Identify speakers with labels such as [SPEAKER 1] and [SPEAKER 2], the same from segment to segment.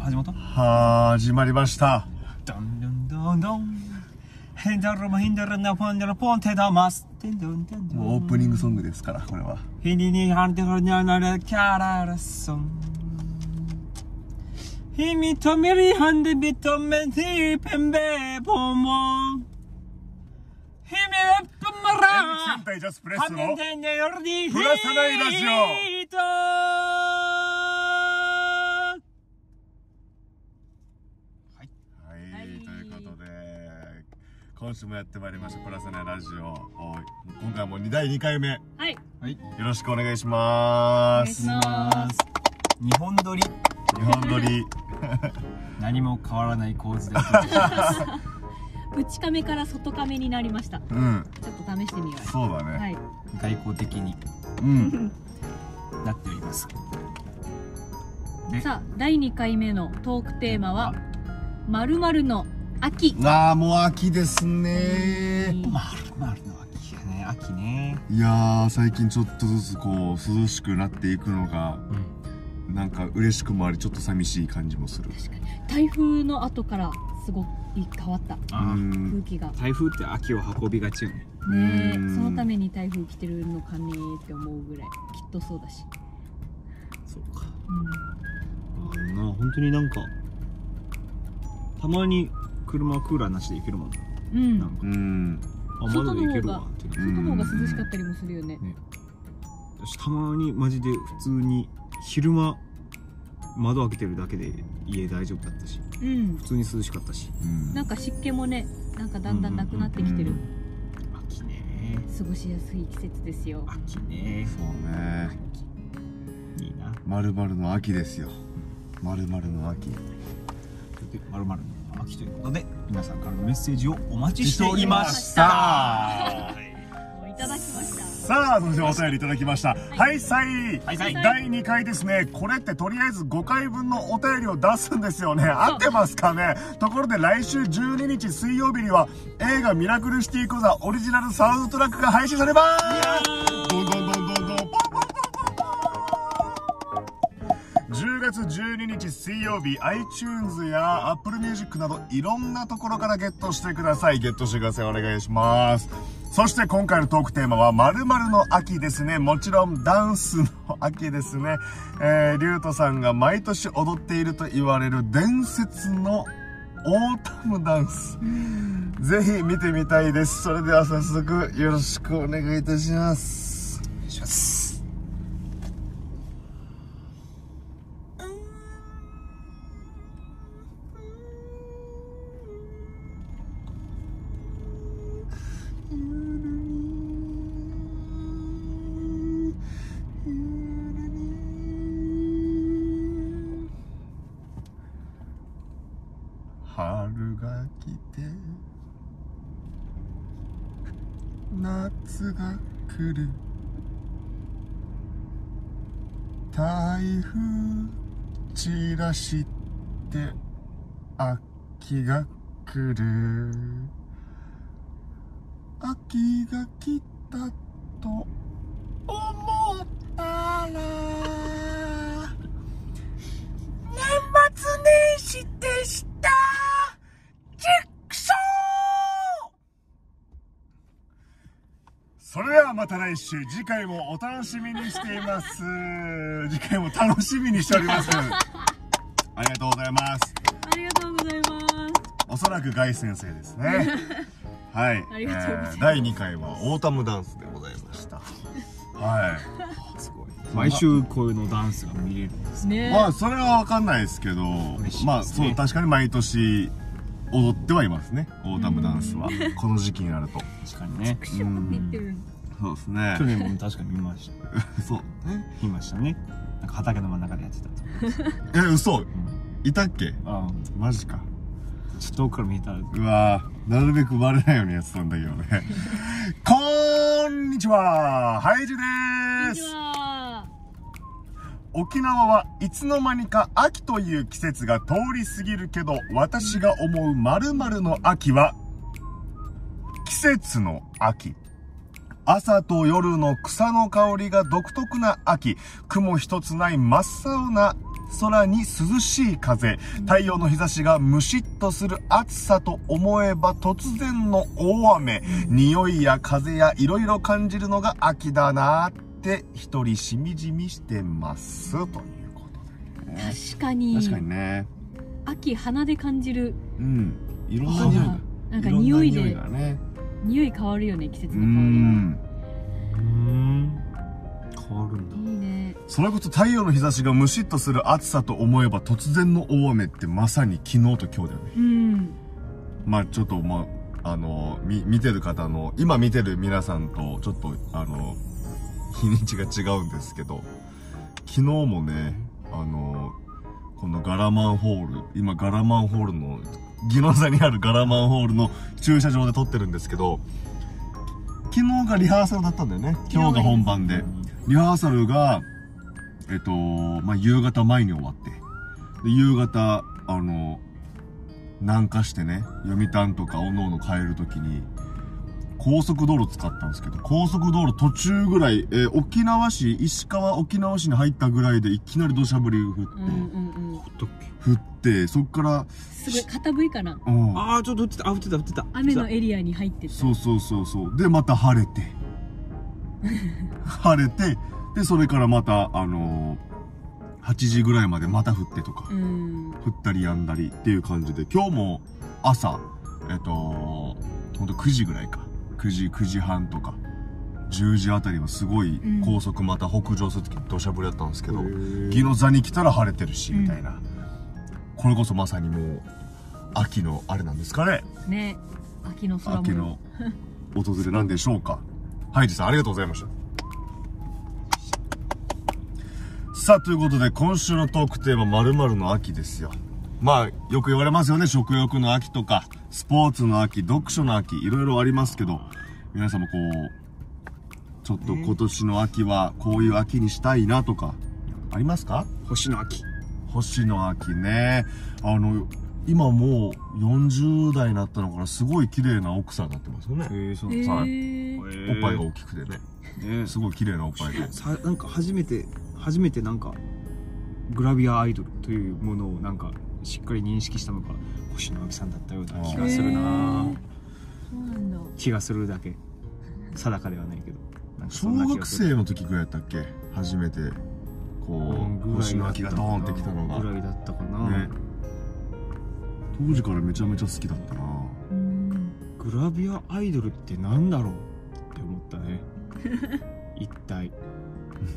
[SPEAKER 1] 始まった
[SPEAKER 2] 始まりました
[SPEAKER 1] ダンダンダンダンヘンダルマヘンダルナポンダルポンテダマステンダンダンダン
[SPEAKER 2] もうオープニングソングですからこれは
[SPEAKER 1] ヘニニハンテルニャナレキャララソンヒミトメリハンデビトメティペンベポモンヒミレプマラ
[SPEAKER 2] 戦隊ジャスプレ
[SPEAKER 1] ハ
[SPEAKER 2] ス
[SPEAKER 1] ン
[SPEAKER 2] の
[SPEAKER 1] デンデヨルディ
[SPEAKER 2] プラスナイラジ
[SPEAKER 1] ト
[SPEAKER 2] はい、ということで今週もやってまいりました「プラスナイラジオ」おい今回はもう第2回目よ
[SPEAKER 3] はい。
[SPEAKER 1] はい
[SPEAKER 2] ろしくお願いしま
[SPEAKER 3] お願いし
[SPEAKER 2] す
[SPEAKER 3] ま
[SPEAKER 1] 日本撮り
[SPEAKER 2] 日本撮り
[SPEAKER 1] 何も変わらない構図で
[SPEAKER 3] 内亀から外亀になりました。ち
[SPEAKER 2] うん
[SPEAKER 3] ょっと試してみよ
[SPEAKER 2] そうだね、
[SPEAKER 3] う。はい。
[SPEAKER 1] 外交的に
[SPEAKER 2] うん
[SPEAKER 1] なっておりますで
[SPEAKER 3] さあ、第2回目のトークテーマは、まるまるの秋。
[SPEAKER 2] ああもう秋ですね
[SPEAKER 1] まるまるの秋やね秋ね
[SPEAKER 2] いやー最近ちょっとずつこう涼しくなっていくのが
[SPEAKER 1] うん
[SPEAKER 2] なんか嬉しくもありちょっと寂しい感じもする
[SPEAKER 3] 台風の後からすごい変わった
[SPEAKER 2] う
[SPEAKER 1] あ
[SPEAKER 2] ん
[SPEAKER 3] 空気が。ね
[SPEAKER 1] 台風って秋を運びがちよね
[SPEAKER 3] え
[SPEAKER 2] うん
[SPEAKER 3] そのために台風来てるのかねって思うぐらい。きっとそうだし。
[SPEAKER 1] そうか
[SPEAKER 3] う。
[SPEAKER 1] あのな本当になんかたまに車はクーラーなしで行けるもんなん
[SPEAKER 3] うん。
[SPEAKER 1] なんか
[SPEAKER 2] うん
[SPEAKER 1] あまだで行けるわってな
[SPEAKER 2] う
[SPEAKER 3] 外
[SPEAKER 2] ん
[SPEAKER 3] の方が涼しかったりもするよね。
[SPEAKER 1] 私たまにマジで普通に昼間窓開けてるだけで家大丈夫だったし
[SPEAKER 3] うん
[SPEAKER 1] 普。通に涼しかったし
[SPEAKER 2] うん
[SPEAKER 3] なんか湿気もね、なんかだんだんなくなってきてる。
[SPEAKER 1] 秋ね
[SPEAKER 3] 過ごしやすい季節ですよ。
[SPEAKER 1] 秋ね
[SPEAKER 2] そうね
[SPEAKER 1] いいな
[SPEAKER 2] まるまるの秋ですよ。まるまるの秋。
[SPEAKER 1] でまるまるの秋ということで皆さんからのメッセージをお待ちしていました
[SPEAKER 2] た。
[SPEAKER 3] いただきました。
[SPEAKER 2] さあ、そしてお便りいただきました。はい、さい。
[SPEAKER 1] はいさい
[SPEAKER 2] 第2回ですね。これってとりあえず5回分のお便りを出すんですよね。合ってますかねところで来週12日水曜日には映画ミラクルシティコザオリジナルサウンドトラックが配信されますどんどんどんどんどんポンポンポンポン10月12日水曜日 iTunes や Apple Music などいろんなところからゲットしてくださいゲットしてくださいお願いしますそして今回のトークテーマは〇〇の秋ですね。もちろんダンスの秋ですね。えー、リュウトさんが毎年踊っていると言われる伝説のオータムダンス。ぜひ見てみたいです。それでは早速よろしくお願いいたします。
[SPEAKER 1] お願いします
[SPEAKER 2] 春が来て夏が来る台風散らして秋が来る秋が来たと思ったら年末年始でしたジェクソーそれではまた来週次回もお楽しみにしています次回も楽しみにしておりますありがとうございます
[SPEAKER 3] ありがとうございます。
[SPEAKER 2] おそらくガイ先生です ねはい
[SPEAKER 3] ありがとうございます
[SPEAKER 2] えー第2回はオータムダンスでございました はい
[SPEAKER 1] すごい毎週こういうのダンスが見れるんです
[SPEAKER 3] ねえ
[SPEAKER 2] まあそれは分かんないですけど
[SPEAKER 1] 嬉しいですね
[SPEAKER 2] まあそう確かに毎年踊ってはいますねオータムダンスは この時期になると
[SPEAKER 1] 確かにね
[SPEAKER 3] クションって言ってる。
[SPEAKER 2] そうですね
[SPEAKER 1] 去年も確かに見ました
[SPEAKER 2] そう
[SPEAKER 1] 見ましたねなんか畑の真ん中でやってたと、
[SPEAKER 2] え嘘
[SPEAKER 1] うん、
[SPEAKER 2] いたっけ
[SPEAKER 1] あ
[SPEAKER 2] マジか
[SPEAKER 1] あちょっと遠くから見えたら
[SPEAKER 2] うわーなるべくバレないようにやってたんだけどね こんにちはハイジュ
[SPEAKER 3] こん
[SPEAKER 2] で
[SPEAKER 3] にち
[SPEAKER 2] す
[SPEAKER 3] は。
[SPEAKER 2] 沖縄はいつの間にか秋という季節が通り過ぎるけど私が思う〇〇の秋は季節の秋朝と夜の草の香りが独特な秋雲一つない真っ青な空に涼しい風太陽の日差しがムシッとする暑さと思えば突然の大雨匂いや風やいろいろ感じるのが秋だなって一人しみじみしてますということで、ね、
[SPEAKER 3] 確かに
[SPEAKER 2] 確かにね
[SPEAKER 3] 秋鼻で感じる
[SPEAKER 2] うんいろんな
[SPEAKER 3] ほ
[SPEAKER 2] 匂い
[SPEAKER 3] ら
[SPEAKER 2] が
[SPEAKER 3] なんか匂いで
[SPEAKER 2] ろんな
[SPEAKER 3] 匂い
[SPEAKER 2] 匂がね
[SPEAKER 3] 変わるよね季節
[SPEAKER 2] う
[SPEAKER 3] の
[SPEAKER 2] ん
[SPEAKER 3] 変わ
[SPEAKER 1] うん変わるん
[SPEAKER 3] りがいいね
[SPEAKER 2] それこそ太陽の日差しがムシッとする暑さと思えば突然の大雨ってまさに昨日と今日だよね
[SPEAKER 3] うん
[SPEAKER 2] まあちょっとまああのみ見てる方の今見てる皆さんとちょっとあの日にちが違うんですけど昨日もねあのこのガラマンホール今ガラマンホールの宜野座にあるガラマンホールの駐車場で撮ってるんですけど昨日がリハーサルだったんだよね今日が本番でリハーサルがえっとまあ夕方前に終わってで夕方あの南下してね読谷とかおのおの帰るときに高速道路使ったんですけど高速道路途中ぐらい、えー沖縄市石川沖縄市に入ったぐらいでいきなり土砂降り降って、
[SPEAKER 3] うんうんうん
[SPEAKER 1] どっけ
[SPEAKER 2] 降ってそっから、
[SPEAKER 3] すごい片部いかな
[SPEAKER 2] うん、
[SPEAKER 1] ああちょっと降ってたあ降ってた降ってた
[SPEAKER 3] 雨のエリアに入ってった
[SPEAKER 2] そうそうそうそうでまた晴れて晴れてでそれからまたあのー8時ぐらいまでまた降ってとか、
[SPEAKER 3] うん
[SPEAKER 2] 降ったりやんだりっていう感じで今日も朝えっとほんと9時ぐらいか9時9時半とか10時あたりはすごい
[SPEAKER 3] うん
[SPEAKER 2] 高速また北上する時土砂降りだったんですけど、
[SPEAKER 1] へ
[SPEAKER 2] ギノ座に来たら晴れてるし
[SPEAKER 3] うん
[SPEAKER 2] みたいな、これこそまさにもう秋のあれなんですかね
[SPEAKER 3] ね秋の空も
[SPEAKER 2] 秋の訪れなんでしょうかハイジさんありがとうございましたさあということで今週のトークテーマ「まるの秋」ですよまあよく言われますよね食欲の秋とかスポーツの秋読書の秋いろいろありますけど皆さんもこうちょっと今年の秋はこういう秋にしたいなとかありますか
[SPEAKER 1] 星の秋
[SPEAKER 2] 星野秋ねあの今もう40代になったのからすごい綺麗な奥さんになってますよね、
[SPEAKER 1] ええそう
[SPEAKER 3] へ
[SPEAKER 1] なん
[SPEAKER 3] え
[SPEAKER 1] で
[SPEAKER 3] ー、
[SPEAKER 1] す
[SPEAKER 2] おっぱいが大きくてね
[SPEAKER 1] ね
[SPEAKER 2] すごい綺麗なおっぱい で
[SPEAKER 1] さなんか初めて初めてなんかグラビアアイドルというものをなんかしっかり認識したのが星野亜紀さんだったような気がするな
[SPEAKER 3] へーそうなんだ
[SPEAKER 1] 気がするだけ定かではないけどなんかそ
[SPEAKER 2] 小
[SPEAKER 1] んな気
[SPEAKER 2] 学
[SPEAKER 1] がする
[SPEAKER 2] 生の時ぐらいだったっけ初めてこう、
[SPEAKER 1] ぐらいだったかな
[SPEAKER 2] 星野秋がドーンってきたのが
[SPEAKER 1] ぐ
[SPEAKER 2] ね
[SPEAKER 1] らいだったかな、
[SPEAKER 2] 当時からめちゃめちゃ好きだったな
[SPEAKER 3] うん
[SPEAKER 1] グラビアアイドルってなんだろうって思った ね一体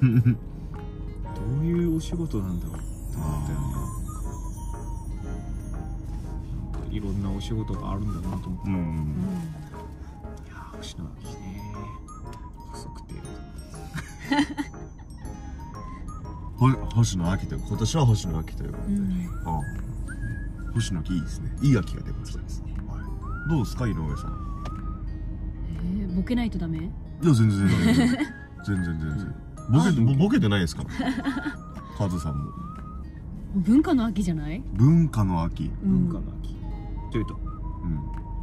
[SPEAKER 1] どういうお仕事なんだろうって思ったよねなんかいろんなお仕事があるんだなと思っ
[SPEAKER 2] う
[SPEAKER 1] て、い
[SPEAKER 2] ん
[SPEAKER 1] やー星野亜紀ね細くて
[SPEAKER 2] ほ星野秋という今年は星野秋ということ
[SPEAKER 3] う
[SPEAKER 2] で、
[SPEAKER 3] ん
[SPEAKER 2] ああ星野秋いいですねいい秋が出ましたですね、はい、どうですか井上さん
[SPEAKER 3] えーボケないとダメ
[SPEAKER 2] いや全然 全然全然全然ボケてぼボケてない ですからカズさんも
[SPEAKER 3] 文化の秋じゃない、
[SPEAKER 2] 文化の秋
[SPEAKER 3] う
[SPEAKER 1] 文
[SPEAKER 3] ん
[SPEAKER 1] 化の秋というと
[SPEAKER 2] うん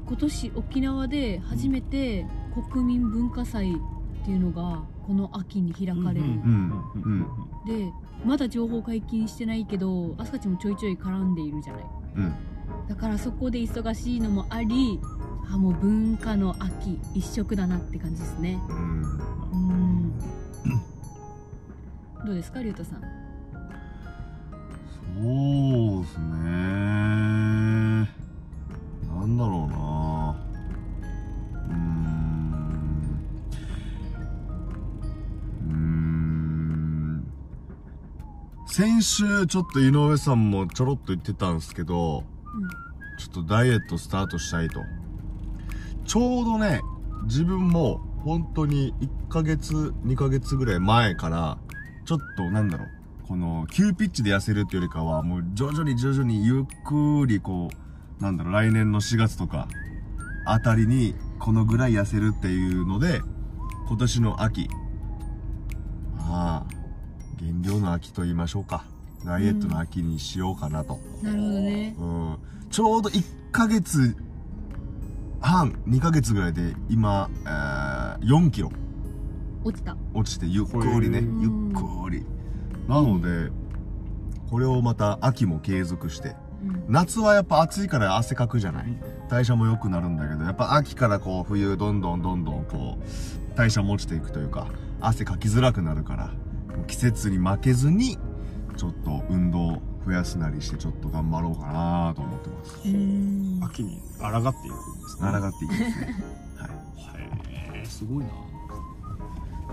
[SPEAKER 3] 今年沖縄で初めて国民文化祭っていうのがこの秋に開かれる、
[SPEAKER 2] うんうんうん
[SPEAKER 3] でまだ情報解禁してないけどあすかちゃんもちょいちょい絡んでいるじゃない
[SPEAKER 2] うん
[SPEAKER 3] だからそこで忙しいのもありあもう文化の秋一色だなって感じですね
[SPEAKER 2] うん
[SPEAKER 3] うんどうですかりゅうたさん
[SPEAKER 2] そうですねなんだろうなうーんうーん先週ちょっと井上さんもちょろっと言ってたんですけどちょっとダイエットスタートしたいと。ちょうどね、自分も本当に1ヶ月、2ヶ月ぐらい前から、ちょっとなんだろう、この急ピッチで痩せるっていうよりかは、もう徐々に徐々にゆっくりこう、なんだろう、来年の4月とか、あたりにこのぐらい痩せるっていうので、今年の秋、まあ、減量の秋と言いましょうか。ダイエットの秋にしようかなと。
[SPEAKER 3] なるほどね
[SPEAKER 2] うんちょうど1ヶ月半、2ヶ月ぐらいで今、えー4キロ
[SPEAKER 3] 落ちた
[SPEAKER 2] 落ちてゆっくりね
[SPEAKER 1] へ
[SPEAKER 2] ゆ
[SPEAKER 3] ー
[SPEAKER 2] っくりなのでこれをまた秋も継続して
[SPEAKER 3] うん
[SPEAKER 2] 夏はやっぱ暑いから汗かくじゃない代謝も良くなるんだけどやっぱ秋からこう冬どんどんどんどんこう代謝も落ちていくというか汗かきづらくなるから季節に負けずにちょっと運動を増やすなりしてちょっと頑張ろうかなと思ってます
[SPEAKER 3] うん
[SPEAKER 1] 秋に抗っていくんですね
[SPEAKER 2] 習っていいですねはい
[SPEAKER 1] へえすごいな
[SPEAKER 2] ち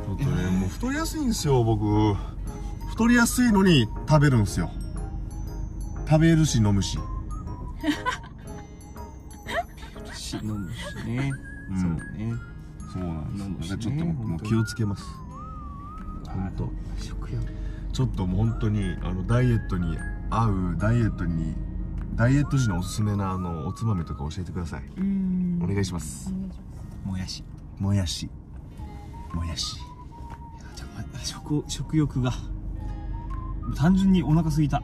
[SPEAKER 2] ょっとねもう太りやすいんですよ僕太りやすいのに食べるんですよ食べるし飲むし
[SPEAKER 1] し飲むしね、
[SPEAKER 2] うん
[SPEAKER 1] そうね
[SPEAKER 2] そうなん
[SPEAKER 1] 飲む
[SPEAKER 2] です
[SPEAKER 1] しね
[SPEAKER 2] だからちょっともう
[SPEAKER 1] 本当に
[SPEAKER 2] 気をつけます本当
[SPEAKER 1] 食欲
[SPEAKER 2] ちょっともう本当にあのダイエットに合うダイエットにダイエット時のおすすめなあのおつまみとか教えてください
[SPEAKER 3] うん
[SPEAKER 2] お
[SPEAKER 3] お願
[SPEAKER 2] 願
[SPEAKER 3] い
[SPEAKER 2] い
[SPEAKER 3] し
[SPEAKER 2] しま
[SPEAKER 3] ますす
[SPEAKER 1] もやし
[SPEAKER 2] もやしもやし
[SPEAKER 1] いやじゃあま食食欲が単純にお腹すいた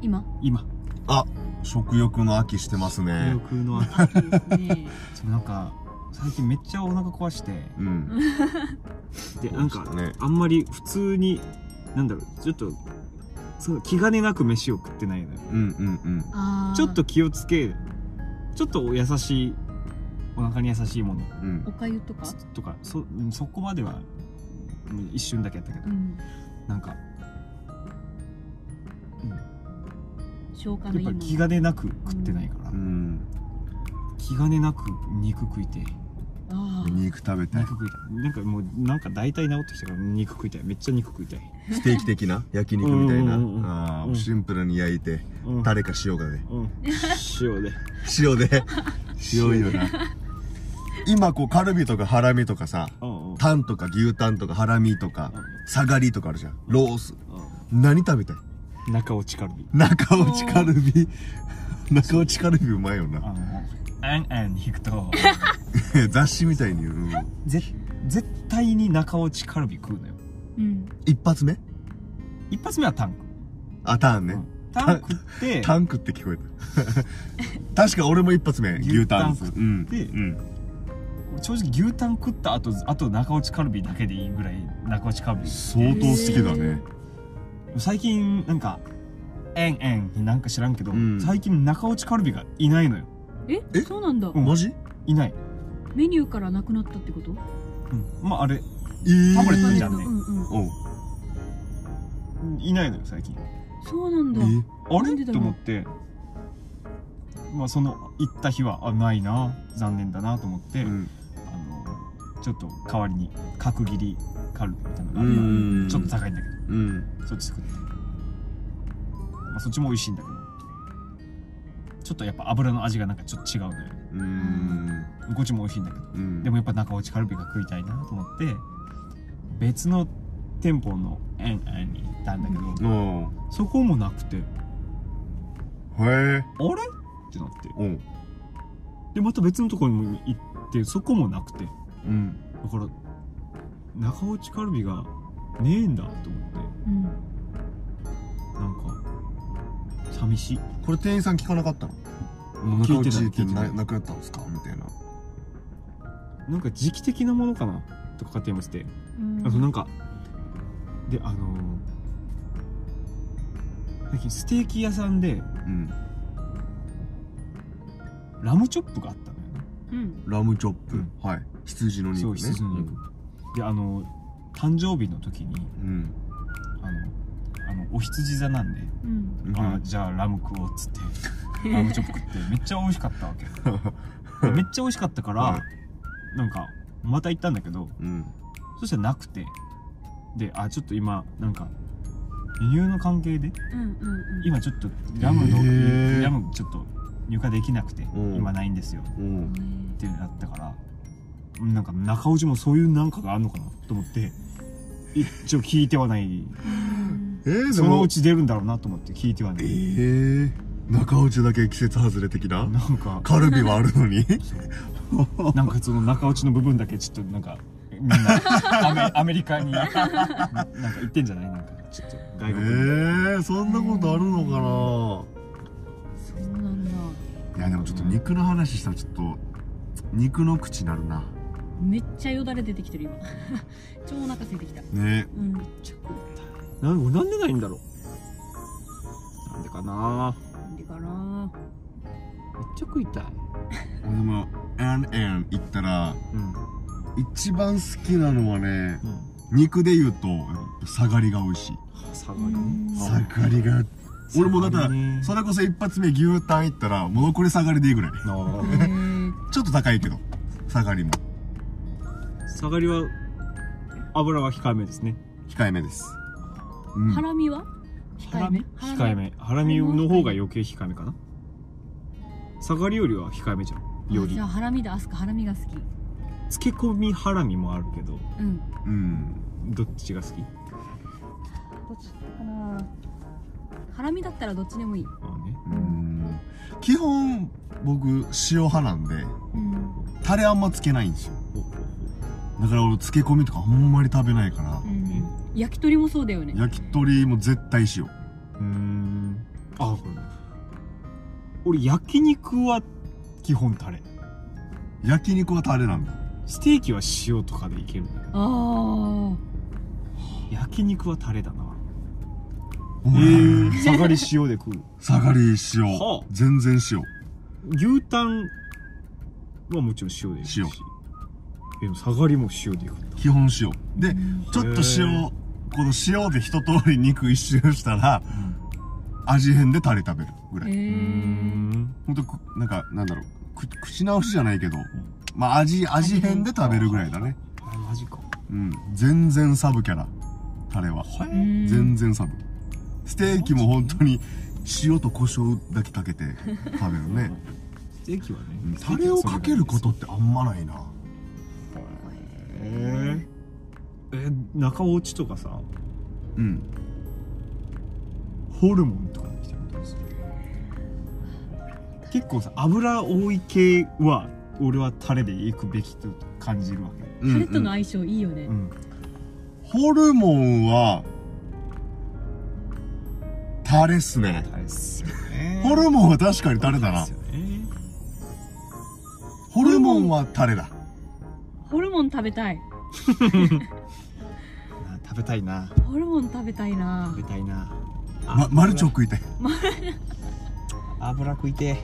[SPEAKER 3] 今
[SPEAKER 1] 今
[SPEAKER 2] あ食欲の秋してますね
[SPEAKER 1] 食欲の秋
[SPEAKER 3] 秋ですね
[SPEAKER 1] そうなんか最近めっちゃお腹壊して
[SPEAKER 2] うん
[SPEAKER 1] でなんか
[SPEAKER 2] そうでしたね
[SPEAKER 1] あんまり普通になんだろうちょっとそう気兼ねなく飯を食ってないのよ
[SPEAKER 2] うんうんうん
[SPEAKER 3] あー
[SPEAKER 1] ちょっと気をつけちょっと優しいお腹に優しいもの
[SPEAKER 2] うん
[SPEAKER 3] おかゆとか
[SPEAKER 1] とかそうんそこまではうん一瞬だけやったけど
[SPEAKER 3] うん
[SPEAKER 1] なんか
[SPEAKER 3] 消化
[SPEAKER 1] や
[SPEAKER 3] の
[SPEAKER 1] っ
[SPEAKER 3] いい
[SPEAKER 1] ぱり
[SPEAKER 3] もの
[SPEAKER 1] 気兼ねなく食ってないから、
[SPEAKER 2] うん
[SPEAKER 1] 気兼ねなく肉食いて
[SPEAKER 3] あー
[SPEAKER 2] 肉食べたい
[SPEAKER 1] 肉食いたいなんかもうなんか大体治ってきたから肉食いたいめっちゃ肉食いたい
[SPEAKER 2] ステーキ的 な焼肉みたいな
[SPEAKER 1] うんうんうんうん
[SPEAKER 2] あー
[SPEAKER 1] うん
[SPEAKER 2] シンプルに焼いて
[SPEAKER 1] うん、
[SPEAKER 2] タレか塩かで
[SPEAKER 1] うん、塩で
[SPEAKER 2] 塩で塩いよな 今こうカルビとかハラミとかさ
[SPEAKER 1] うんうん
[SPEAKER 2] タンとか牛タンとかハラミとか下がりとかあるじゃんロース
[SPEAKER 1] う
[SPEAKER 2] 何食べたい
[SPEAKER 1] ん中落ちカルビ
[SPEAKER 2] 中落ちカルビ中落ちカルビうまい よな
[SPEAKER 1] あのあんあん引くと
[SPEAKER 2] 雑誌みたいに言う、うん
[SPEAKER 1] ぜ絶対に中落ちカルビ食うのよ
[SPEAKER 3] うん
[SPEAKER 2] 一発目
[SPEAKER 1] 一発目はタンク、
[SPEAKER 2] あターン
[SPEAKER 1] う
[SPEAKER 2] ね、
[SPEAKER 1] ん、タン食って
[SPEAKER 2] タンクって聞こえた 確か俺も一発目牛タ
[SPEAKER 1] 牛タ
[SPEAKER 2] ン
[SPEAKER 1] ン食って
[SPEAKER 2] うんうん、
[SPEAKER 1] 正直牛タン食った後あと中落ちカルビだけでいいぐらい中落ちカルビ
[SPEAKER 2] 相当好きだね
[SPEAKER 1] 最近なんかえんえんなんか知らんけど、
[SPEAKER 2] うん
[SPEAKER 1] 最近中落ちカルビがいないのよ
[SPEAKER 3] え
[SPEAKER 2] え
[SPEAKER 3] そうなんだ
[SPEAKER 1] うん
[SPEAKER 2] マジ
[SPEAKER 1] いない、
[SPEAKER 3] メニューからなくなったってこと
[SPEAKER 1] うん、まああれ
[SPEAKER 2] えー
[SPEAKER 1] タブレットじゃんね
[SPEAKER 3] うんうん
[SPEAKER 2] おう
[SPEAKER 1] いないのよ最近
[SPEAKER 3] そうなんだ
[SPEAKER 2] え
[SPEAKER 1] あ
[SPEAKER 3] なん
[SPEAKER 1] れ
[SPEAKER 3] でだ
[SPEAKER 1] と
[SPEAKER 3] ろう
[SPEAKER 1] 思ってまあその行った日はあないな残念だなと思って、
[SPEAKER 2] うん
[SPEAKER 1] あのちょっと代わりに角切りカルビみたいなのがあるの
[SPEAKER 2] ん
[SPEAKER 1] ちょっと高いんだけど
[SPEAKER 2] うん
[SPEAKER 1] そっち作って、まあ、そっちも美味しいんだけどちょっとやっぱ油の味がなんかちょっと違うのよね
[SPEAKER 2] うん
[SPEAKER 1] こっちも美味しいんだけど
[SPEAKER 2] うん
[SPEAKER 1] でもやっぱ中落ちカルビが食いたいなと思って別の店舗の園に行ったんだけど、
[SPEAKER 2] おう
[SPEAKER 1] そこもなくて
[SPEAKER 2] へえ
[SPEAKER 1] あれってなって
[SPEAKER 2] おう
[SPEAKER 1] でまた別のところにも行ってそこもなくてだ
[SPEAKER 2] うん
[SPEAKER 1] から中落ちカルビがねえんだと思って
[SPEAKER 3] うん
[SPEAKER 1] なんか寂しい
[SPEAKER 2] これ店員さん聞かなかったの
[SPEAKER 1] 聞いてない
[SPEAKER 2] 中落ち
[SPEAKER 1] 聞いてない
[SPEAKER 2] ななくなったんですかみたいな
[SPEAKER 1] なんか時期的なものかなとか買っていまして、
[SPEAKER 3] うん
[SPEAKER 1] あとなんかであのー最近ステーキ屋さんで
[SPEAKER 2] うん
[SPEAKER 1] ラムチョップがあったのよね
[SPEAKER 3] うん
[SPEAKER 2] ラムチョップ、
[SPEAKER 1] うん
[SPEAKER 2] はい羊の肉ね
[SPEAKER 1] そう羊の肉
[SPEAKER 2] うん
[SPEAKER 1] であの誕生日の時に
[SPEAKER 2] うん
[SPEAKER 1] あのあのお羊座なんで、
[SPEAKER 3] うん
[SPEAKER 2] うん
[SPEAKER 1] あじゃあラム食おうっつ ってラムチョップ食ってめっちゃ美味しかったわけでめっちゃ美味しかったから、
[SPEAKER 2] はい
[SPEAKER 1] なんかまた行ったんだけど
[SPEAKER 2] うん
[SPEAKER 1] そしたらなくてであちょっと今なんか輸入の関係で
[SPEAKER 3] うんうん
[SPEAKER 1] 今ちょっとラムの、
[SPEAKER 2] へー
[SPEAKER 1] ラムちょっと入荷できなくて、
[SPEAKER 2] うん
[SPEAKER 1] 今ないんですよ
[SPEAKER 2] う
[SPEAKER 3] うん
[SPEAKER 2] ん
[SPEAKER 1] ってなったからなんか中落ちもそういうなんかがあるのかなと思って一応聞いてはない
[SPEAKER 3] うん
[SPEAKER 2] えー、で
[SPEAKER 1] その
[SPEAKER 2] も
[SPEAKER 1] うち出るんだろうなと思って聞いてはな
[SPEAKER 2] え
[SPEAKER 1] い、
[SPEAKER 2] ー、中落ちだけ季節外れ的な
[SPEAKER 1] なんか
[SPEAKER 2] カルビはあるのに
[SPEAKER 1] なんかその中落ちの部分だけちょっとなんかみんなアメ アメリカにななんか行ってんじゃないなんかちょっと
[SPEAKER 2] え
[SPEAKER 1] 外国に、
[SPEAKER 2] ー、そんなことあるの
[SPEAKER 3] そうなんだ
[SPEAKER 2] かないやでもちょっと肉の話したらちょっと肉の口になるな
[SPEAKER 3] めっちゃよだれ出てきてる今 超お腹空いてきた
[SPEAKER 2] ね
[SPEAKER 3] うん
[SPEAKER 1] なんなんでないんだろかな
[SPEAKER 3] なんでか
[SPEAKER 1] めっ
[SPEAKER 3] な
[SPEAKER 1] ちゃ食いたい
[SPEAKER 2] でもエンエン行ったら
[SPEAKER 1] うん
[SPEAKER 2] 一番好きなのはね
[SPEAKER 1] うん
[SPEAKER 2] 肉で言うと下がりが美味しい
[SPEAKER 1] 下がりね
[SPEAKER 3] うん
[SPEAKER 2] 下がりが俺もだったら
[SPEAKER 1] 下がりね
[SPEAKER 2] それこそ一発目牛タン行ったらもう残り下がりでいいぐらい
[SPEAKER 1] あ
[SPEAKER 3] へー
[SPEAKER 2] ちょっと高いけど下がりも
[SPEAKER 1] ー 下がりは油は控えめですね
[SPEAKER 2] 控えめです、うん
[SPEAKER 3] ハラミは控えめ
[SPEAKER 1] 控えめハラミの方が余計控えめかな下がりよりは控えめじゃんよ
[SPEAKER 3] あ
[SPEAKER 1] り
[SPEAKER 3] じゃあハラミだアスカハラミが好き
[SPEAKER 1] 漬け込みハラミもあるけど
[SPEAKER 3] うんど
[SPEAKER 2] うん
[SPEAKER 1] どっちが好き
[SPEAKER 3] っちだったかなハラミだったらどっちでもいい
[SPEAKER 1] まあね
[SPEAKER 2] うん基本僕塩派なんで
[SPEAKER 3] うん
[SPEAKER 2] タレあんまつけないんですよ
[SPEAKER 1] ほうほうほ
[SPEAKER 2] だから俺漬け込みとかあんまり食べないから
[SPEAKER 3] う、ん焼き鳥もそうだよね
[SPEAKER 2] 焼き鳥も絶対塩
[SPEAKER 1] ううーんあこれ俺焼肉は基本タレ
[SPEAKER 2] 焼肉はタレなんだ
[SPEAKER 1] ステーキは塩とかでいけるんだけど
[SPEAKER 3] あー
[SPEAKER 1] 焼肉はタレだな
[SPEAKER 2] へ
[SPEAKER 1] 下がり塩で食う
[SPEAKER 2] 下がり塩、
[SPEAKER 1] はあ
[SPEAKER 2] 全然塩
[SPEAKER 1] 牛タンはもちろん塩でいくし
[SPEAKER 2] 塩
[SPEAKER 1] でも下がりも塩でいくんだ
[SPEAKER 2] 基本塩でちょっと
[SPEAKER 1] へ
[SPEAKER 2] 塩この塩で一通り肉一周したら味変でタレ食べるぐら
[SPEAKER 3] へ
[SPEAKER 2] い
[SPEAKER 1] うん
[SPEAKER 3] ー
[SPEAKER 2] ほんとくなんかなんだろうく口直しじゃないけど、まあ味味変で食べるぐらいだね
[SPEAKER 1] あマジか
[SPEAKER 2] うん全然サブキャラタレは
[SPEAKER 3] うん
[SPEAKER 2] 全然サブステーキも本当に塩と胡椒だけかけて食べるね
[SPEAKER 1] ステーキはね
[SPEAKER 2] うんタレをかけることってあんまないな
[SPEAKER 1] へええ中落ちとかさ
[SPEAKER 2] うん
[SPEAKER 1] ホルモンとかにしたらどうする結構さ油多い系は俺はタレでいくべきと感じるわけ
[SPEAKER 2] うん
[SPEAKER 3] タレとの相性いいよね
[SPEAKER 1] うん
[SPEAKER 2] ホルモンは、タレっすね。
[SPEAKER 1] タレっすよね
[SPEAKER 2] ホルモンは確かにタレだな
[SPEAKER 1] そ。うですよね
[SPEAKER 2] ホルモンはタレだ。
[SPEAKER 3] ホルモン食べたい
[SPEAKER 1] な食べたいな
[SPEAKER 3] ホルモン食べたいな
[SPEAKER 1] 食べたいな
[SPEAKER 2] ま、マルチョ食いたい。
[SPEAKER 1] 油食いてえめっ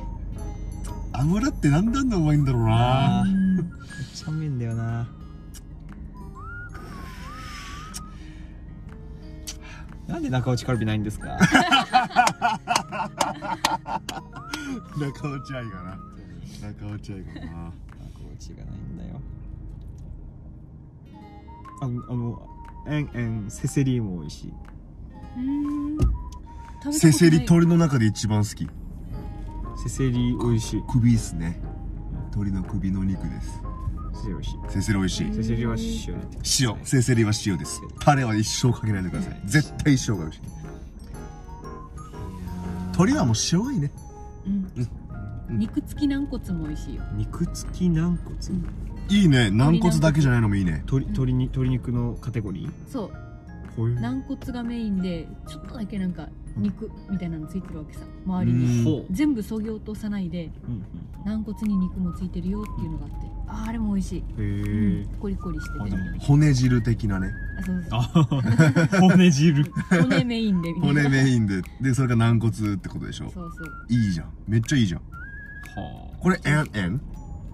[SPEAKER 2] 油ってなんであんなうまいんだろう
[SPEAKER 1] あ
[SPEAKER 2] な。
[SPEAKER 3] うん
[SPEAKER 1] ちゃうめえんだよななんで中落ちカルビないんですか
[SPEAKER 2] 中落ち愛がな。中落ち愛がな。
[SPEAKER 1] 中落ちがないんだよあのあのえんえんセセリも美味しい
[SPEAKER 3] うん食べたことない
[SPEAKER 2] セセリ鳥の中で一番好き。
[SPEAKER 1] セセリ美味しい
[SPEAKER 2] 首っすね。鳥の首の肉です。
[SPEAKER 1] セセリ美味しい
[SPEAKER 2] セセリ美味しい。
[SPEAKER 1] セセリは塩で
[SPEAKER 2] 塩。セセリは塩です。タレは一生かけないでください。絶対塩が美味しい。鳥はもう塩がいいね。
[SPEAKER 3] うん肉付き軟骨も美味しいよ
[SPEAKER 1] 肉付き軟骨
[SPEAKER 3] うん
[SPEAKER 2] いいね。軟骨だけじゃないのもいいね。
[SPEAKER 1] 鶏鶏に鶏肉のカテゴリ
[SPEAKER 3] そう
[SPEAKER 1] ーほい
[SPEAKER 3] 軟骨がメインでちょっとだけなんか肉みたいなのついてるわけさ周り
[SPEAKER 2] うん
[SPEAKER 3] に
[SPEAKER 1] ほう
[SPEAKER 3] 全部そぎ落とさないで
[SPEAKER 1] うん
[SPEAKER 3] 軟骨に肉もついてるよっていうのがあってあーあれも美味しい、
[SPEAKER 1] うんへえ
[SPEAKER 3] うんコリコリして
[SPEAKER 1] あ
[SPEAKER 3] て
[SPEAKER 1] でも
[SPEAKER 2] 骨汁的なね
[SPEAKER 3] あそうそう
[SPEAKER 1] あはは 骨汁
[SPEAKER 3] 骨メインでみたいな
[SPEAKER 2] 骨メインででそれが軟骨ってことでしょ
[SPEAKER 3] そうそう
[SPEAKER 2] いいじゃんめっちゃいいじゃん
[SPEAKER 1] は
[SPEAKER 2] これえんえん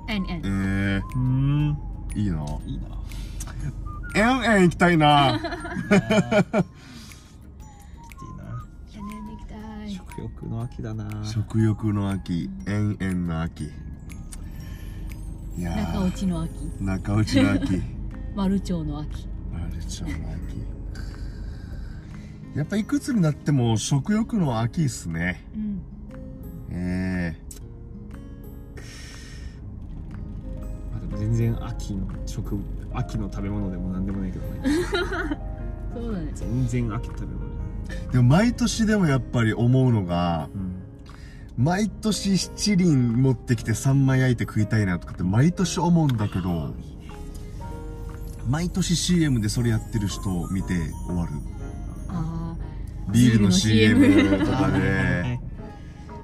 [SPEAKER 3] えんえん
[SPEAKER 2] え
[SPEAKER 1] あうん
[SPEAKER 2] ー、いいない
[SPEAKER 1] いな
[SPEAKER 2] えんえん行きたい な
[SPEAKER 1] い いな
[SPEAKER 3] えんえん行きたい
[SPEAKER 1] 食欲の秋だな
[SPEAKER 2] 食欲の秋えんえんの秋いや
[SPEAKER 3] 中
[SPEAKER 2] ー
[SPEAKER 3] 落ちの秋
[SPEAKER 2] 中落ちの秋
[SPEAKER 3] 丸町の秋
[SPEAKER 2] マルチョの秋やっぱいくつになっても食欲の秋っすね
[SPEAKER 3] うん
[SPEAKER 2] え
[SPEAKER 1] あでも全然秋の食秋の食べ物でも何でもないけど ね
[SPEAKER 3] そうだね
[SPEAKER 1] 全然秋の食べ物
[SPEAKER 2] えでも毎年でもやっぱり思うのが
[SPEAKER 1] うん
[SPEAKER 2] 毎年七輪持ってきて三枚焼いて食いたいなとかって毎年思うんだけど毎年 CM でそれやってる人を見て終わる
[SPEAKER 3] あ
[SPEAKER 2] ビールの
[SPEAKER 3] ビールの
[SPEAKER 2] CM と
[SPEAKER 1] あ
[SPEAKER 2] か
[SPEAKER 1] ー
[SPEAKER 2] ね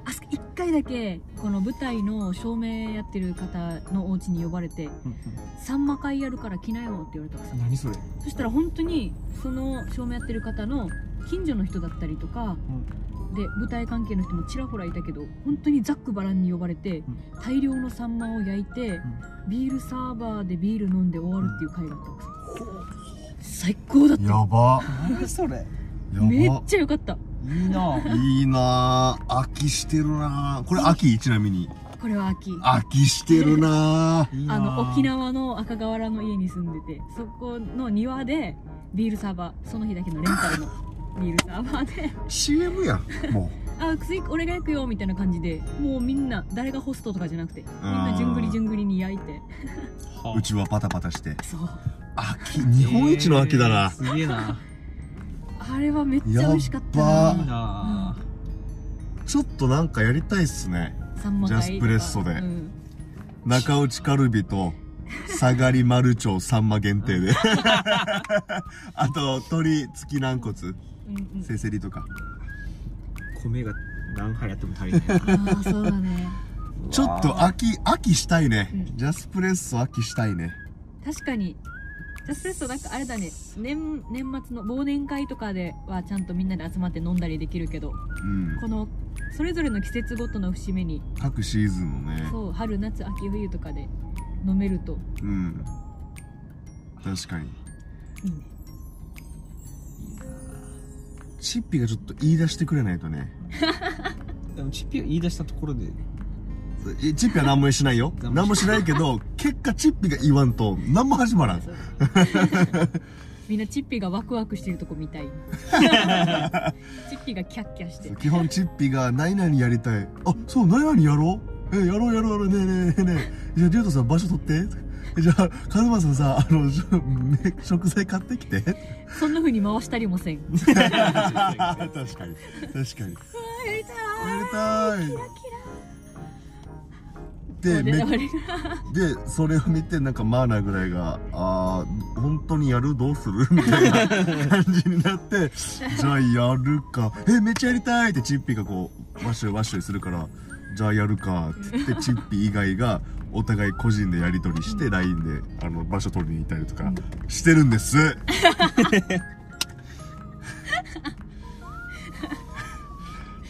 [SPEAKER 3] ーあそこ一回だけこの舞台の照明やってる方のお家に呼ばれて
[SPEAKER 1] うん
[SPEAKER 3] 「さんま会やるから来なよ」って言われたか
[SPEAKER 1] う
[SPEAKER 3] ら
[SPEAKER 1] ん
[SPEAKER 3] さ
[SPEAKER 1] 何それ
[SPEAKER 3] そしたら本当にその照明やってる方の近所の人だったりとかで舞台関係の人もちらほらいたけど本当にざっくばらんに呼ばれて、
[SPEAKER 1] ん
[SPEAKER 3] 大量のサンマを焼いて、ビールサーバーでビール飲んで終わるっていう回があったんですよ最高だった
[SPEAKER 2] やば
[SPEAKER 1] 何それ
[SPEAKER 2] や
[SPEAKER 3] めっ
[SPEAKER 2] ば
[SPEAKER 3] ちゃ良かった
[SPEAKER 1] いいない
[SPEAKER 2] いなぁ秋してるなぁこれ秋ちなみに
[SPEAKER 3] これは秋
[SPEAKER 2] 秋してるなぁ
[SPEAKER 1] いいな
[SPEAKER 3] あの沖縄の赤瓦の家に住んでてそこの庭でビールサーバーその日だけのレン タルのビールサーバーで
[SPEAKER 2] CM やんも
[SPEAKER 3] あ次俺が行くよみたいな感じでもうみんな誰がホストとかじゃなくてみんなじゅんぐりじゅんぐりに焼いて
[SPEAKER 1] は
[SPEAKER 2] ううちはパタパタして
[SPEAKER 3] そう
[SPEAKER 2] 秋日本一の秋だな、
[SPEAKER 1] えーすげえな
[SPEAKER 3] あれはめっちゃ美味しかった
[SPEAKER 2] やっ
[SPEAKER 1] いい
[SPEAKER 3] な
[SPEAKER 1] な
[SPEAKER 2] ちょっとなんかやりたいっすね
[SPEAKER 3] サンマ
[SPEAKER 2] ジャ
[SPEAKER 3] 貝
[SPEAKER 2] スプレッソで
[SPEAKER 3] うん
[SPEAKER 2] 中内カルビと下がり丸腸さんま限定で あと鶏月軟骨
[SPEAKER 3] うんうん
[SPEAKER 2] せせりとか
[SPEAKER 1] 米が何杯あっても足りない
[SPEAKER 3] あーそうだね
[SPEAKER 2] ちょっと秋秋したいね、
[SPEAKER 3] うん
[SPEAKER 2] ジャスプレッソ秋したいね
[SPEAKER 3] 確かにジャスプレッソなんかあれだね年年末の忘年会とかではちゃんとみんなで集まって飲んだりできるけど
[SPEAKER 2] うん
[SPEAKER 3] このそれぞれの季節ごとの節目に
[SPEAKER 2] 各シーズンのね
[SPEAKER 3] そう春夏秋冬とかで飲めると
[SPEAKER 2] うん確かに
[SPEAKER 3] いいね
[SPEAKER 2] チッピがちょっと言い出してくれないとね
[SPEAKER 1] でもチッピーが言い出したところで
[SPEAKER 2] そうえチッピは何もしないよ何
[SPEAKER 1] 何
[SPEAKER 2] も
[SPEAKER 1] も
[SPEAKER 2] しないけど結果チッピが言わんと何も始まらん
[SPEAKER 3] そうみんなチッピーがワクワクしてるとこ見たいチッピーがキャッキャして
[SPEAKER 2] 基本チッピが「何々やりたい」「あそう何々やろうえやろうやろうやろうねえねえねえねえじゃあ竜斗さん場所取って」えじゃあカズマさんさあのし ょめ食材買ってきて
[SPEAKER 3] そんな風に回したりもせん
[SPEAKER 2] 確かに確かに
[SPEAKER 3] やりた
[SPEAKER 2] やりたい
[SPEAKER 3] い
[SPEAKER 2] で
[SPEAKER 3] で
[SPEAKER 2] め
[SPEAKER 3] 終わり
[SPEAKER 2] でそれを見てなんかマーナぐらいが「あー本当にやるどうする?」 みたいな感じになって「 じゃあやるか」「えめっちゃやりたい!」ってチッピーがこうワッシュワッシュするから「じゃあやるか」って言ってチッピー以外がお互い個人でやり取りして
[SPEAKER 3] う
[SPEAKER 2] LINE であの場所取りに行ったりと
[SPEAKER 3] う
[SPEAKER 2] か
[SPEAKER 3] ん
[SPEAKER 2] してるん です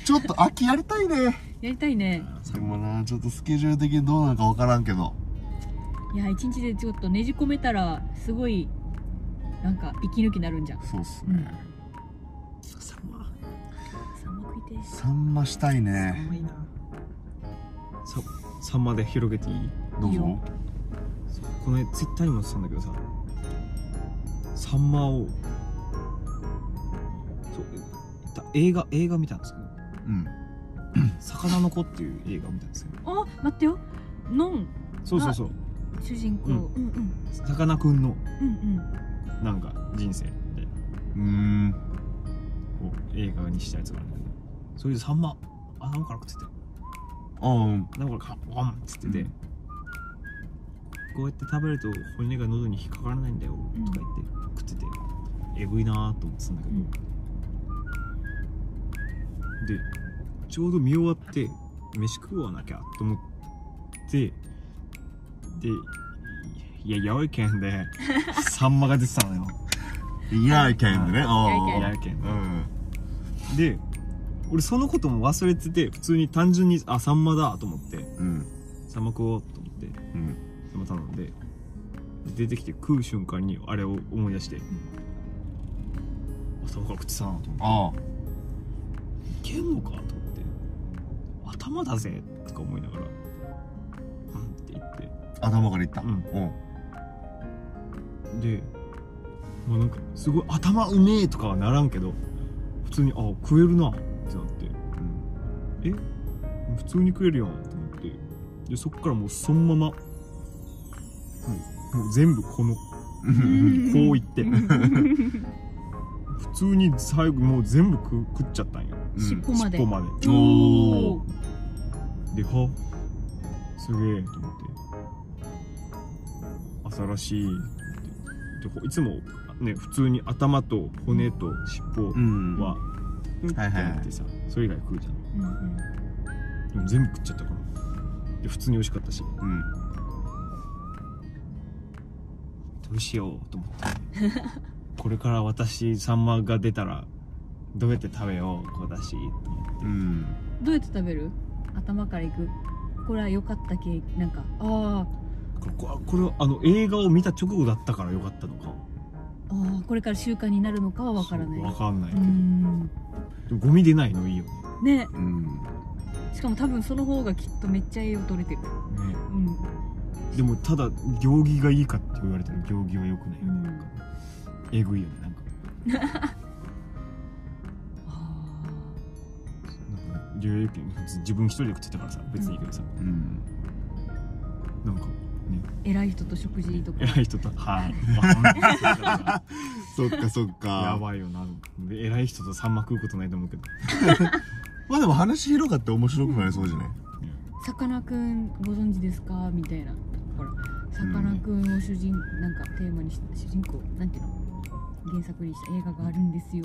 [SPEAKER 2] ちょっと秋やりたいね
[SPEAKER 3] やりたいね
[SPEAKER 2] でもなちょっとスケジュール的にどうなるか分からんけど
[SPEAKER 3] いや一日でちょっとねじ込めたらすごいなんか息抜きなるんじゃん
[SPEAKER 2] そうっすね、
[SPEAKER 1] サンマ
[SPEAKER 3] サンマ食いてえ
[SPEAKER 2] サンマしたい
[SPEAKER 1] サ
[SPEAKER 2] ね
[SPEAKER 1] ンマいいなさサンマで広げていい
[SPEAKER 2] どう
[SPEAKER 3] いい
[SPEAKER 2] ぞ
[SPEAKER 3] よ
[SPEAKER 1] この間ツイッターにも載ってたんだけどさサンマをそうだ映画映画見たんですけど
[SPEAKER 2] うん
[SPEAKER 1] 「魚の子」っていう映画を見たんですよ
[SPEAKER 3] あ待ってよノン
[SPEAKER 1] そうそうそう
[SPEAKER 3] 主人公、う
[SPEAKER 1] うんん、
[SPEAKER 3] うんうん
[SPEAKER 1] さかなクンの
[SPEAKER 3] うん
[SPEAKER 1] なんか人生で
[SPEAKER 2] うーん
[SPEAKER 1] こう映画にしたやつがあるんだけどそれでサンマあなんから食ってて
[SPEAKER 2] あうん
[SPEAKER 1] なんからかワンっつってて、
[SPEAKER 2] うん
[SPEAKER 1] こうやって食べると骨が喉に引っかからないんだよ
[SPEAKER 3] うん
[SPEAKER 1] とか言って食っててえぐいなーと思ってたんだけど、
[SPEAKER 3] うん
[SPEAKER 1] でちょうど見終わって飯食わなきゃと思ってでいや八重県 でサンマが出てたのよ
[SPEAKER 2] いやいけんね
[SPEAKER 1] 八
[SPEAKER 2] あ
[SPEAKER 1] 重県
[SPEAKER 2] う
[SPEAKER 1] で
[SPEAKER 2] ん
[SPEAKER 1] で俺そのことも忘れてて普通に単純にあサンマだと思って
[SPEAKER 2] うん
[SPEAKER 1] サンマ食おうと思って
[SPEAKER 2] うん
[SPEAKER 1] サンマ頼んで出てきて食う瞬間にあれを思い出して、あサンマから食ってたなと思って
[SPEAKER 2] あ
[SPEAKER 1] いけんのかと思って頭だぜとか思いながらうんって言って
[SPEAKER 2] 頭からいったう
[SPEAKER 1] うんんでまあなんかすごい頭うめえとかはならんけど普通にあ食えるなってなって普通に食えるやんと思ってでそっからもうそのままもうもう全部このこ
[SPEAKER 2] う
[SPEAKER 3] うんん
[SPEAKER 1] ういって
[SPEAKER 3] う
[SPEAKER 1] 普
[SPEAKER 3] ん
[SPEAKER 1] 通に最後もう全部食う食っちゃったんよ
[SPEAKER 3] 尻尾まで
[SPEAKER 1] 尻尾まで
[SPEAKER 2] お
[SPEAKER 3] お
[SPEAKER 2] お
[SPEAKER 3] ー
[SPEAKER 1] ではすげえと思って朝らしいと思ってでこういつもね普通に頭と骨と尻
[SPEAKER 2] う
[SPEAKER 1] 尾
[SPEAKER 2] ん
[SPEAKER 1] はうんって
[SPEAKER 2] はいはいはい
[SPEAKER 1] やってさそれ以外食うじゃん
[SPEAKER 3] うんうん
[SPEAKER 1] でも全部食っちゃったからで普通に美味しかったし
[SPEAKER 2] うん
[SPEAKER 1] どうしようと思ってこれから私サンマが出たらどうやって食べようこうだしと思って、
[SPEAKER 2] うん
[SPEAKER 3] どうやって食べる頭からいくこれは良かった経験なんかあー
[SPEAKER 1] こここれはあの映画を見た直後だったからよかったのか
[SPEAKER 3] あーこれから習慣になるのかは分からない
[SPEAKER 1] 分かんないけ
[SPEAKER 3] う
[SPEAKER 1] ど、
[SPEAKER 3] ん
[SPEAKER 1] でもゴミ出ないのいいよね
[SPEAKER 3] ね
[SPEAKER 2] うん
[SPEAKER 3] しかも多分その方がきっとめっちゃ栄養取れてる
[SPEAKER 1] ね
[SPEAKER 3] うん
[SPEAKER 1] でもただ行儀がいいかって言われたら行儀は良くないよね、なんかえぐいよねなんか
[SPEAKER 3] あ
[SPEAKER 1] なんか龍之介自分一人で食ってたからさ別にいいけどさ、
[SPEAKER 2] うん
[SPEAKER 1] なんかね
[SPEAKER 3] ー偉い人と食事とか
[SPEAKER 1] 偉い人と「はい」 わ
[SPEAKER 2] そっかそっ
[SPEAKER 1] かんないや
[SPEAKER 2] か
[SPEAKER 1] ばいよなで偉い人とサンマ食うことないと思うけど
[SPEAKER 2] まあでも話広がって面白くなりそうじゃない
[SPEAKER 3] さかなクンご存知ですかみたいなほらさかなクンを主人なんかテーマにした主人公なんていうの原作にした映画があるんですよ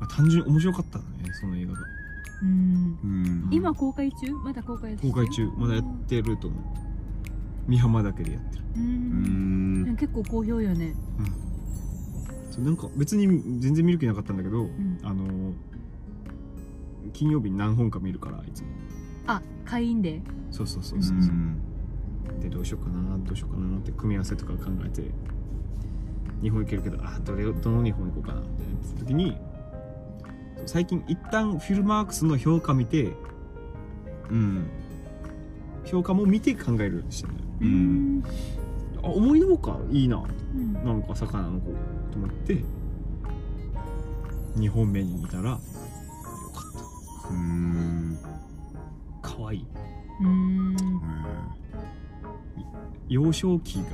[SPEAKER 1] まあ単純に面白かったのねその映画が
[SPEAKER 3] うん
[SPEAKER 2] うん
[SPEAKER 3] 今公開中まだ公開してる
[SPEAKER 1] 公開中まだやってると思う美浜だけでやってる
[SPEAKER 3] う
[SPEAKER 2] うん
[SPEAKER 3] で
[SPEAKER 2] ん
[SPEAKER 3] も結構好評よね
[SPEAKER 1] そうなんか別に全然見る気なかったんだけど、
[SPEAKER 3] ん
[SPEAKER 1] あのー金曜日に何本か見るからいつも
[SPEAKER 3] あ会員で
[SPEAKER 1] そうそうそう
[SPEAKER 2] う
[SPEAKER 1] そう、
[SPEAKER 2] ん
[SPEAKER 1] でどうしようかなどうしようかなって組み合わせとか考えて日本行けるけどあどれをどの日本行こうかなみたいなって時にそう最近一旦フィルマークスの評価見て
[SPEAKER 2] うん
[SPEAKER 1] 評価も見て考えるようにしてる
[SPEAKER 2] うん
[SPEAKER 3] うん
[SPEAKER 1] あ思いのほかいいな
[SPEAKER 3] うん
[SPEAKER 1] なんか魚の子と思って2本目に見たらよかっ
[SPEAKER 2] うん
[SPEAKER 1] た可愛い
[SPEAKER 3] うん
[SPEAKER 1] 幼少期が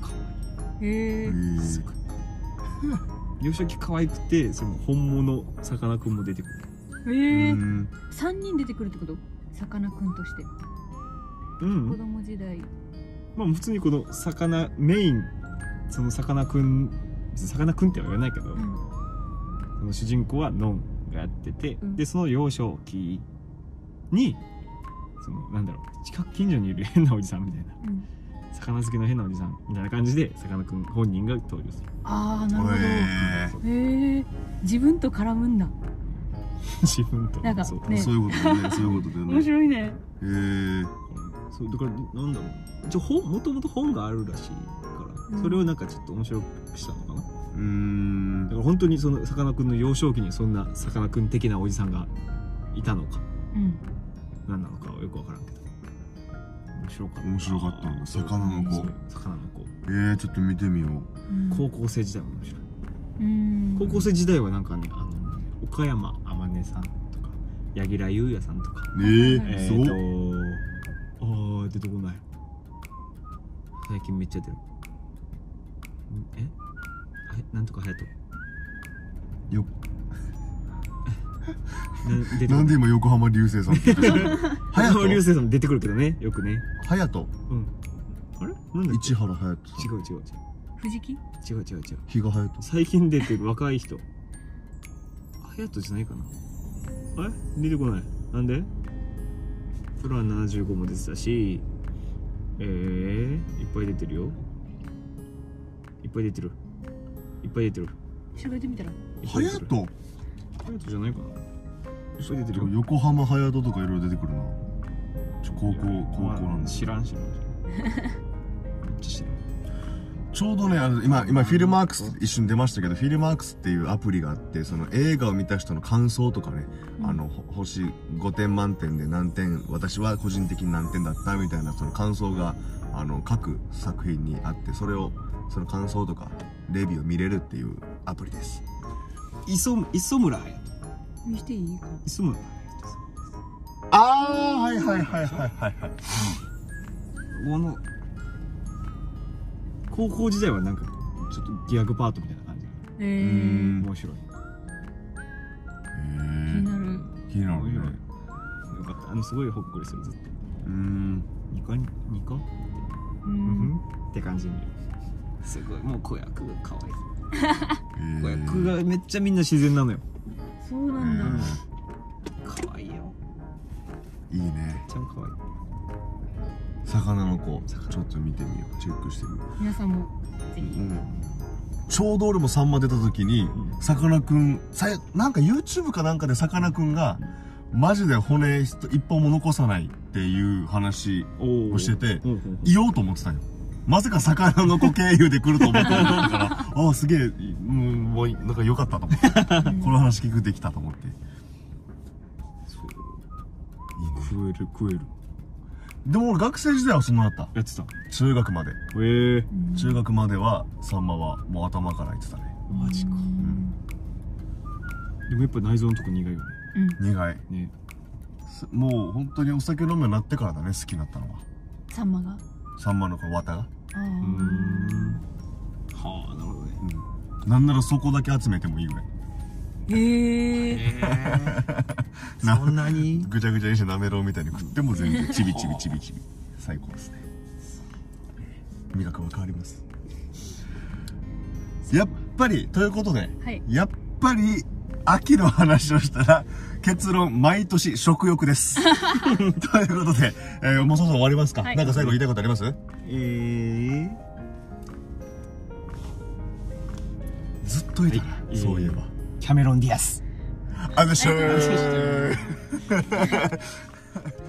[SPEAKER 1] 可愛い
[SPEAKER 3] へえ
[SPEAKER 2] うん
[SPEAKER 1] すごい幼少期可愛くてその本物さかなクンも出てくる
[SPEAKER 3] へえ
[SPEAKER 2] うん
[SPEAKER 3] 3人出てくるってことさかなクンとして
[SPEAKER 1] う
[SPEAKER 3] 子
[SPEAKER 1] ん、
[SPEAKER 3] 供時代
[SPEAKER 1] まあ、普通にこの魚メインそのさかなクンさかなクンっては言わないけど、
[SPEAKER 3] うん
[SPEAKER 1] その主人公はのんがやってて、
[SPEAKER 3] うん
[SPEAKER 1] でその幼少期にそのなんだろう近く近所にいる変なおじさんみたいな
[SPEAKER 3] うん
[SPEAKER 1] 魚好きの変なおじさんみたいな感じでさかなクン本人が登場す る
[SPEAKER 3] ああなるほど
[SPEAKER 2] へ
[SPEAKER 3] へえ自分と絡むんだ
[SPEAKER 1] 自分と
[SPEAKER 3] なんか
[SPEAKER 1] そう
[SPEAKER 2] え
[SPEAKER 3] ね
[SPEAKER 2] そういうことだねそういうことだ
[SPEAKER 3] 面
[SPEAKER 2] ね
[SPEAKER 3] 白いね
[SPEAKER 2] へえ
[SPEAKER 1] そうだからなんだろうちょ本もともと本があるらしいから、
[SPEAKER 3] うん
[SPEAKER 1] それをなんかちょっと面白くしたのかなだ
[SPEAKER 2] うーん
[SPEAKER 1] から本当にそのさかなクンの幼少期にそんなさかなクン的なおじさんがいたのか
[SPEAKER 3] うん
[SPEAKER 1] 何なのかはよく分からんけど面白かった
[SPEAKER 2] 面白かったんだ魚の子
[SPEAKER 1] そう魚の子
[SPEAKER 2] えー、ちょっと見てみよう
[SPEAKER 3] うん
[SPEAKER 1] 高校生時代も面白い
[SPEAKER 3] うん
[SPEAKER 1] 高校生時代はなんかねあの岡山天音さんとか柳楽優弥さんとか
[SPEAKER 2] え
[SPEAKER 3] え
[SPEAKER 2] ー、
[SPEAKER 1] え
[SPEAKER 2] す
[SPEAKER 1] ー、
[SPEAKER 2] ご
[SPEAKER 1] と
[SPEAKER 2] っ
[SPEAKER 1] あー出てこない最近めっちゃ出るんえあれなんとか隼
[SPEAKER 2] よ
[SPEAKER 1] 人な出てこ
[SPEAKER 2] なん
[SPEAKER 1] な
[SPEAKER 2] で
[SPEAKER 1] い
[SPEAKER 2] 今横浜流星さんって言っ たの
[SPEAKER 1] 浜流
[SPEAKER 2] 隼
[SPEAKER 1] 星さんも出てくるけどねよくね
[SPEAKER 2] 人隼
[SPEAKER 1] うんあれなんだっけ
[SPEAKER 2] 人市原隼人
[SPEAKER 1] 違
[SPEAKER 2] さ
[SPEAKER 1] う違う
[SPEAKER 3] 藤木
[SPEAKER 1] 違う違う違う違うん
[SPEAKER 2] 比嘉隼人
[SPEAKER 1] 最近出てる若い人隼人じゃないかなあれ出てこないなんでプラン75も出てたしえー、いっぱい出てるよいっぱい出てるいっぱい出てる
[SPEAKER 3] 調べてみたら
[SPEAKER 1] いっぱい出て
[SPEAKER 2] 隼
[SPEAKER 1] る
[SPEAKER 2] 人
[SPEAKER 1] 隼人じゃないかないっぱい出てるよ
[SPEAKER 2] 横浜隼人とかいろいろ出てくるなちょ高校高校なん
[SPEAKER 1] まあ
[SPEAKER 2] だ
[SPEAKER 1] 知らん知らん知らんめっちゃ知らん
[SPEAKER 2] ちょうどねあの今今フィルマークス一瞬出ましたけどフィルマークスっていうアプリがあってその映画を見た人の感想とかね、
[SPEAKER 3] うん
[SPEAKER 2] あのほ星5点満点で何点私は個人的に何点だったみたいなその感想があの各作品にあってそれをその感想とかレビューを見れるっていうアプリです
[SPEAKER 1] 磯磯村隼人
[SPEAKER 3] 見していいか
[SPEAKER 1] 磯村隼人さん
[SPEAKER 2] ああはいはいはいはいはいはい
[SPEAKER 1] この高校時代はなんかちょっとギャグパートみたいな感じ
[SPEAKER 3] へ
[SPEAKER 2] う
[SPEAKER 3] え
[SPEAKER 2] んへ
[SPEAKER 1] 面白いよ
[SPEAKER 3] 気になる
[SPEAKER 2] え気になるね
[SPEAKER 1] かったあのすごいほっこりするずっと
[SPEAKER 2] うん
[SPEAKER 1] ニコニニコ
[SPEAKER 3] う
[SPEAKER 1] うんんって感じにすごいもう子役が可愛い
[SPEAKER 2] へえ
[SPEAKER 1] 子役がめっちゃみんな自然なのよ
[SPEAKER 3] そうなんだ
[SPEAKER 2] うん
[SPEAKER 1] 可愛いよ
[SPEAKER 2] いいね
[SPEAKER 1] めっちゃ可愛い
[SPEAKER 2] 魚の子ちょっと見てみようチェックしてみよう
[SPEAKER 3] 皆さんもぜひ
[SPEAKER 2] うんちょうど俺もサンマ出た時に
[SPEAKER 1] う
[SPEAKER 2] さかなクンさなんか YouTube かなんかでさかなクンがマジで骨一一本も残さないっていう話
[SPEAKER 1] お
[SPEAKER 2] をしてて
[SPEAKER 1] うんうんうん
[SPEAKER 2] 言おうと思ってたよまさか魚の子経由で来ると思ってなかったから ああすげえうんもうなんか良かったと思ってこの話聞くできたと思っていいね
[SPEAKER 1] そう食える食える
[SPEAKER 2] でも俺学生時代はそんなだった
[SPEAKER 1] やってたへ
[SPEAKER 2] 中学まで
[SPEAKER 1] え
[SPEAKER 3] うん
[SPEAKER 2] 中学まではサンマはもう頭からいってたね
[SPEAKER 1] マジか
[SPEAKER 3] うん
[SPEAKER 1] でもやっぱ内臓のとこ苦いよ
[SPEAKER 3] うん
[SPEAKER 2] 苦い
[SPEAKER 1] ねね
[SPEAKER 2] すもう本当にお酒飲むようになってからだね好きになったのは
[SPEAKER 3] サンマが
[SPEAKER 2] サンマのこの綿が、
[SPEAKER 3] あ
[SPEAKER 1] うーんはあなるほどね
[SPEAKER 2] うん、なんならそこだけ集めてもいいぐらい
[SPEAKER 3] ーへえ
[SPEAKER 1] そんなに
[SPEAKER 2] ぐちゃぐちゃにしてなめろうみたいに食っても全然チビチビチビチビ最高ですね味覚は変わりますやっぱりということで
[SPEAKER 3] はい
[SPEAKER 2] やっぱり秋の話をしたら結論毎年食欲ですということで、えーもうそろそろ終わりますか、
[SPEAKER 3] はい
[SPEAKER 2] なんか最後言いたいことあります
[SPEAKER 1] えー、
[SPEAKER 2] ずっといたな、
[SPEAKER 1] はい
[SPEAKER 2] そういえば、
[SPEAKER 1] キャメロン・ディアス
[SPEAKER 2] あのしょ
[SPEAKER 3] ありがとうございま
[SPEAKER 2] ー